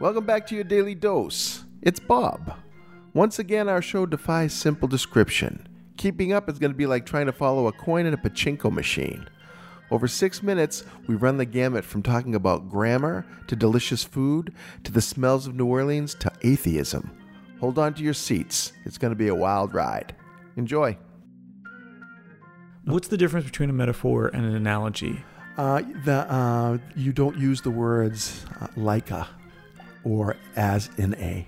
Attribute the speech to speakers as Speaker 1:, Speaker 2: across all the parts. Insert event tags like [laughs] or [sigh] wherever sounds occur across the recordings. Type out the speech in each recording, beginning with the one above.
Speaker 1: Welcome back to your daily dose. It's Bob. Once again, our show defies simple description. Keeping up is going to be like trying to follow a coin in a pachinko machine. Over six minutes, we run the gamut from talking about grammar to delicious food to the smells of New Orleans to atheism. Hold on to your seats. It's going to be a wild ride. Enjoy.
Speaker 2: What's the difference between a metaphor and an analogy?
Speaker 1: Uh, the uh, you don't use the words uh, like a or as in a,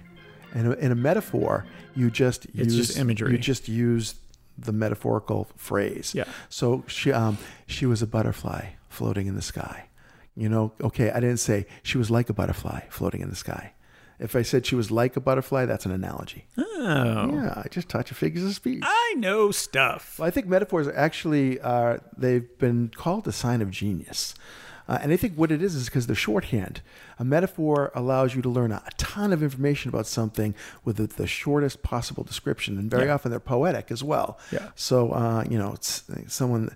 Speaker 1: and in a metaphor you just
Speaker 2: It's
Speaker 1: use
Speaker 2: just imagery.
Speaker 1: You just use the metaphorical phrase.
Speaker 2: Yeah.
Speaker 1: So she um she was a butterfly floating in the sky. You know, okay, I didn't say she was like a butterfly floating in the sky. If I said she was like a butterfly, that's an analogy.
Speaker 2: Oh, Ah!
Speaker 1: Yeah, I just taught you figures of speech.
Speaker 2: I know stuff.
Speaker 1: Well, I think metaphors are actually are they've been called a sign of genius. Uh, and I think what it is is because they're shorthand. A metaphor allows you to learn a ton of information about something with the, the shortest possible description, and very often they're poetic as well.
Speaker 2: Yeah.
Speaker 1: So uh, you know, it's someone.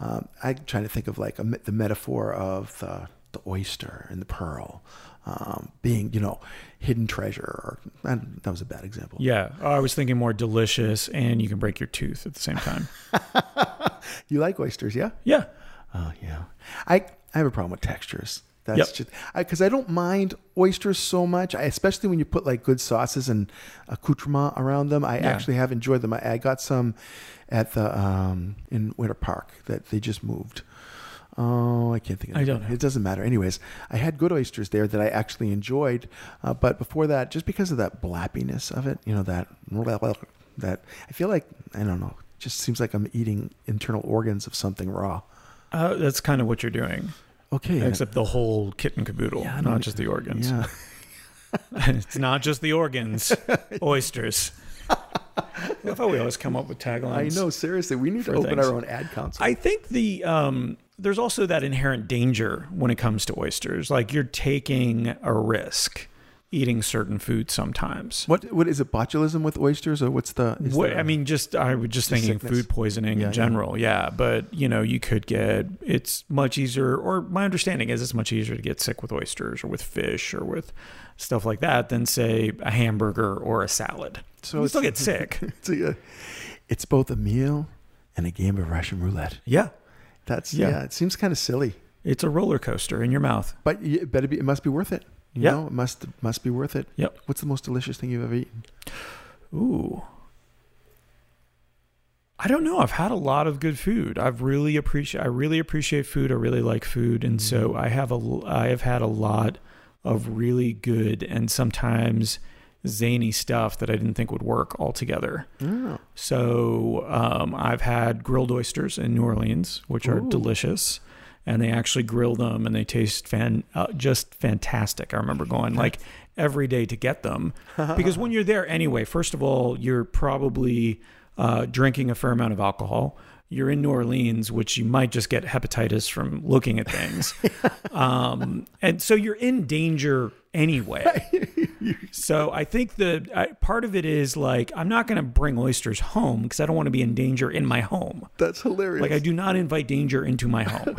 Speaker 1: Um, I'm trying to think of like a, me- the metaphor of the, the oyster and the pearl um, being, you know, hidden treasure. Or I don't- that was a bad example.
Speaker 2: Yeah, oh, I was thinking more delicious, and you can break your tooth at the same time. [laughs]
Speaker 1: You like oysters, yeah?
Speaker 2: yeah,
Speaker 1: Oh yeah, I I have a problem with textures. That's
Speaker 2: Yep.
Speaker 1: just because I, don't mind oysters so much, I, especially when you put like good sauces and accoutrement around them. I actually have enjoyed them. I, I got some at the um, in Winter Park that they just moved. Oh, I can't think. of
Speaker 2: I
Speaker 1: the
Speaker 2: don't
Speaker 1: name.
Speaker 2: know.
Speaker 1: It doesn't matter. Anyways, I had good oysters there that I actually enjoyed, uh, but before that, just because of that blappiness of it, you know that that I feel like I don't know. Just seems like I'm eating internal organs of something raw.
Speaker 2: uh, that's kind of what you're doing,
Speaker 1: Okay. and-
Speaker 2: except the whole kit and caboodle,
Speaker 1: Yeah, I don't-
Speaker 2: not just the organs.
Speaker 1: yeah.
Speaker 2: [laughs] it's not just
Speaker 1: [laughs]
Speaker 2: the organs, oysters. I thought we always come up with taglines.
Speaker 1: I know. Seriously, we need to
Speaker 2: For
Speaker 1: open
Speaker 2: things.
Speaker 1: our own ad council.
Speaker 2: I think the um, there's also that inherent danger when it comes to oysters. Like you're taking a risk eating certain food sometimes.
Speaker 1: what what is it? Botulism with oysters, or what's the? is
Speaker 2: What,
Speaker 1: there-
Speaker 2: I mean, just I was just thinking
Speaker 1: sickness.
Speaker 2: food poisoning
Speaker 1: Yeah, yeah.
Speaker 2: in general. Yeah. but you know, you could get it's much easier, or my understanding is it's much easier to get sick with oysters or with fish or with stuff like that than say a hamburger or a salad.
Speaker 1: So
Speaker 2: So you still
Speaker 1: it's-
Speaker 2: get sick.
Speaker 1: [laughs] it's, a, it's both a meal and a game of Russian roulette.
Speaker 2: yeah,
Speaker 1: That's yeah.
Speaker 2: Yeah.
Speaker 1: it seems kind of silly,
Speaker 2: it's a roller coaster in your mouth.
Speaker 1: but y- it better be. It must be worth it. You
Speaker 2: Yeah.
Speaker 1: know, it must must be worth it.
Speaker 2: Yep.
Speaker 1: What's the most delicious thing you've ever eaten?
Speaker 2: Ooh. I don't know. I've had a lot of good food. I've really appreciate. I really appreciate food. I really like food, and so I have a. l- I have had a lot of really good and sometimes zany stuff that I didn't think would work altogether.
Speaker 1: Oh,
Speaker 2: So um, I've had grilled oysters in New Orleans, which are
Speaker 1: Ooh.
Speaker 2: delicious, and they actually grill them and they taste fan uh, just fantastic. I remember going like every day to get them because when you're there anyway, first of all, you're probably uh, drinking a fair amount of alcohol. You're in New Orleans, which you might just get hepatitis from looking at things, um, and so you're in danger anyway. So I think the I, part of it is like I'm not going to bring oysters home because I don't want to be in danger in my home.
Speaker 1: that's hilarious.
Speaker 2: Like I do not invite danger into
Speaker 1: [laughs]
Speaker 2: my home.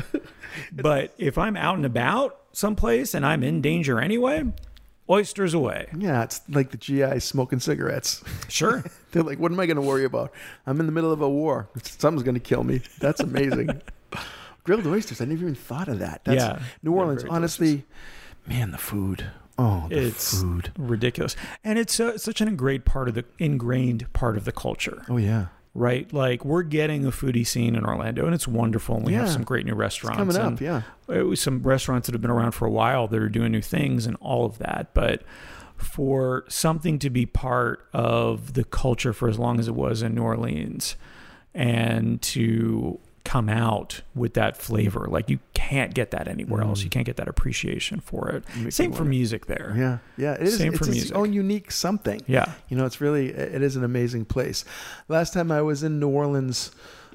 Speaker 2: but if I'm out and about someplace and I'm in danger anyway, oysters away.
Speaker 1: yeah, it's like the GI smoking cigarettes.
Speaker 2: Sure.
Speaker 1: [laughs] They're like, what am I going to worry about? I'm in the middle of a war. Something's going to kill me. That's amazing. [laughs] Grilled oysters. I never even thought of that. That's,
Speaker 2: Yeah,
Speaker 1: New
Speaker 2: they're
Speaker 1: Orleans,
Speaker 2: very
Speaker 1: honestly, man, the food. Oh, the
Speaker 2: It's-
Speaker 1: food.
Speaker 2: [laughs] Ridiculous. And it's uh, such an ingrained part of the ingrained part of the culture.
Speaker 1: Oh, yeah.
Speaker 2: right? Like we're getting a foodie scene in Orlando, and it's wonderful. And we have
Speaker 1: Yeah.
Speaker 2: some great new restaurants
Speaker 1: coming up,
Speaker 2: and
Speaker 1: yeah.
Speaker 2: it was some restaurants that have been around for a while that are doing new things and all of that. But for something to be part of the culture for as long as it was in New Orleans, and to come out with that flavor, like you can't get that anywhere else. You can't get that appreciation for it.
Speaker 1: Makes
Speaker 2: Same
Speaker 1: me
Speaker 2: for
Speaker 1: wonder.
Speaker 2: music there.
Speaker 1: Yeah. Yeah. It is,
Speaker 2: Same
Speaker 1: it's
Speaker 2: for
Speaker 1: its
Speaker 2: music.
Speaker 1: own unique something.
Speaker 2: Yeah.
Speaker 1: You know, it's really, it is an amazing place. Last time I was in New Orleans,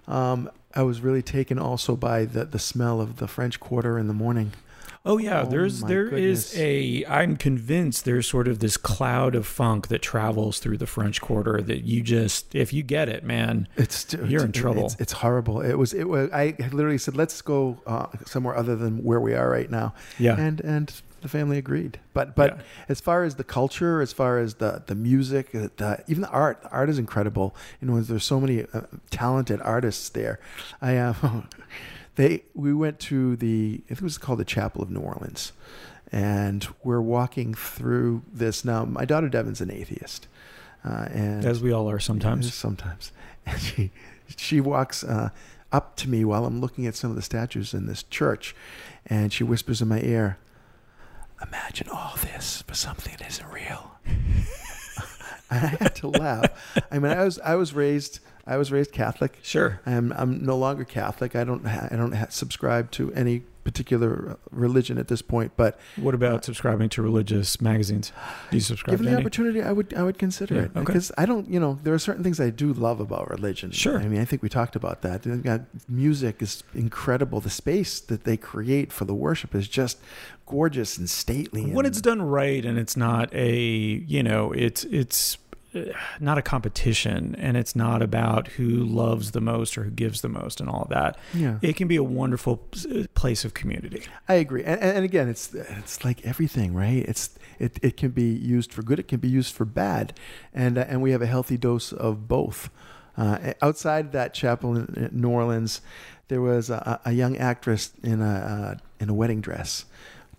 Speaker 1: um, I was really taken also by the, the smell of the French Quarter in the morning.
Speaker 2: Oh yeah, there's
Speaker 1: my
Speaker 2: there is
Speaker 1: goodness.
Speaker 2: a I'm convinced there's sort of this cloud of funk that travels through the French Quarter that you just if you get it, man.
Speaker 1: It's dude,
Speaker 2: You're in
Speaker 1: it-
Speaker 2: trouble.
Speaker 1: It's, it's horrible. It was. It was. I literally said, "Let's go uh, somewhere other than where we are right now."
Speaker 2: Yeah.
Speaker 1: And and the family agreed. But but
Speaker 2: Yeah.
Speaker 1: as far as the culture, as far as the the music, uh, the, even the art, the art is incredible. You know, there's so many uh, talented artists there. I um, [laughs] they we went to the I think it was called the Chapel of New Orleans, and we're walking through this now. My daughter Devin's an atheist, uh, and
Speaker 2: As we all are sometimes.
Speaker 1: Sometimes. [laughs] And she, she walks uh, up to me while I'm looking at some of the statues in this church, and she whispers in my ear, Imagine all this for something that isn't real. [laughs] and I had to laugh. I mean, I was, I was raised. I was raised Catholic.
Speaker 2: Sure.
Speaker 1: I'm I'm no longer Catholic. I don't ha- I don't ha- subscribe to any particular uh, religion at this point. But
Speaker 2: What about subscribing to religious magazines? Do you subscribe
Speaker 1: Given
Speaker 2: to
Speaker 1: the
Speaker 2: any?
Speaker 1: opportunity, I would I would consider
Speaker 2: Yeah,
Speaker 1: it
Speaker 2: okay.
Speaker 1: because I don't, you know, there are certain things I do love about religion.
Speaker 2: Sure.
Speaker 1: I mean, I think we talked about that. And, uh, Music is incredible. The space that they create for the worship is just gorgeous and stately.
Speaker 2: when
Speaker 1: and-
Speaker 2: it's done right and it's not a you know it's it's uh, not a competition and it's not about who loves the most or who gives the most and all of that
Speaker 1: yeah,
Speaker 2: it can be a wonderful s- place of community
Speaker 1: I agree. And, and and again, it's it's like everything, right? It's it, it can be used for good. It can be used for bad, and uh, and we have a healthy dose of both. Uh, outside that chapel in, in New Orleans, there was a, a a young actress in a uh, in a wedding dress,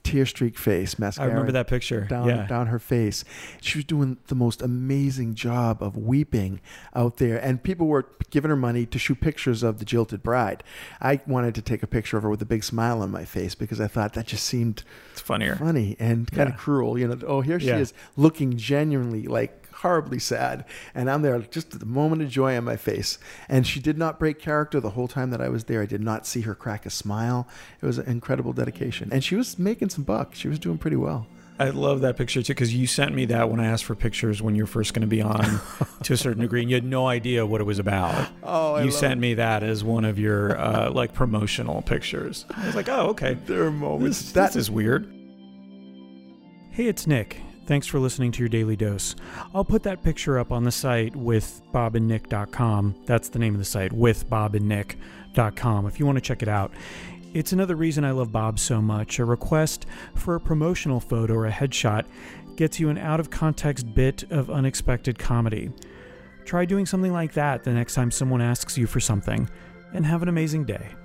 Speaker 1: tear streaked face,
Speaker 2: i
Speaker 1: mascara
Speaker 2: remember that picture [laughs]
Speaker 1: down
Speaker 2: yeah
Speaker 1: down her face. She was doing the most amazing job of weeping out there, and people were giving her money to shoot pictures of the jilted bride. I wanted to take a picture of her with a big smile on my face because I thought that just seemed
Speaker 2: it's funnier
Speaker 1: funny and kind
Speaker 2: Yeah.
Speaker 1: of cruel. You know, oh here she
Speaker 2: Yeah.
Speaker 1: is looking genuinely like horribly sad, and I'm there just with a moment of joy on my face. And she did not break character the whole time that I was there. I did not see her crack a smile. It was an incredible dedication, and she was making some buck. She was doing pretty well.
Speaker 2: I love that picture too because you sent me that when I asked for pictures when you're first going to be
Speaker 1: [laughs]
Speaker 2: on to a certain degree, and you had no idea what it was about.
Speaker 1: Oh, I
Speaker 2: you
Speaker 1: love
Speaker 2: sent me that as one of your uh, like promotional pictures. I was like, oh, okay.
Speaker 1: There are moments
Speaker 2: This,
Speaker 1: that
Speaker 2: this is weird. Hey, it's Nick. Thanks for listening to your daily dose. I'll put that picture up on the site with bobandnick.com. That's the name of the site, with bobandnick.com, if you want to check it out. It's another reason I love Bob so much. A request for a promotional photo or a headshot gets you an out of context bit of unexpected comedy. Try doing something like that the next time someone asks you for something, and have an amazing day.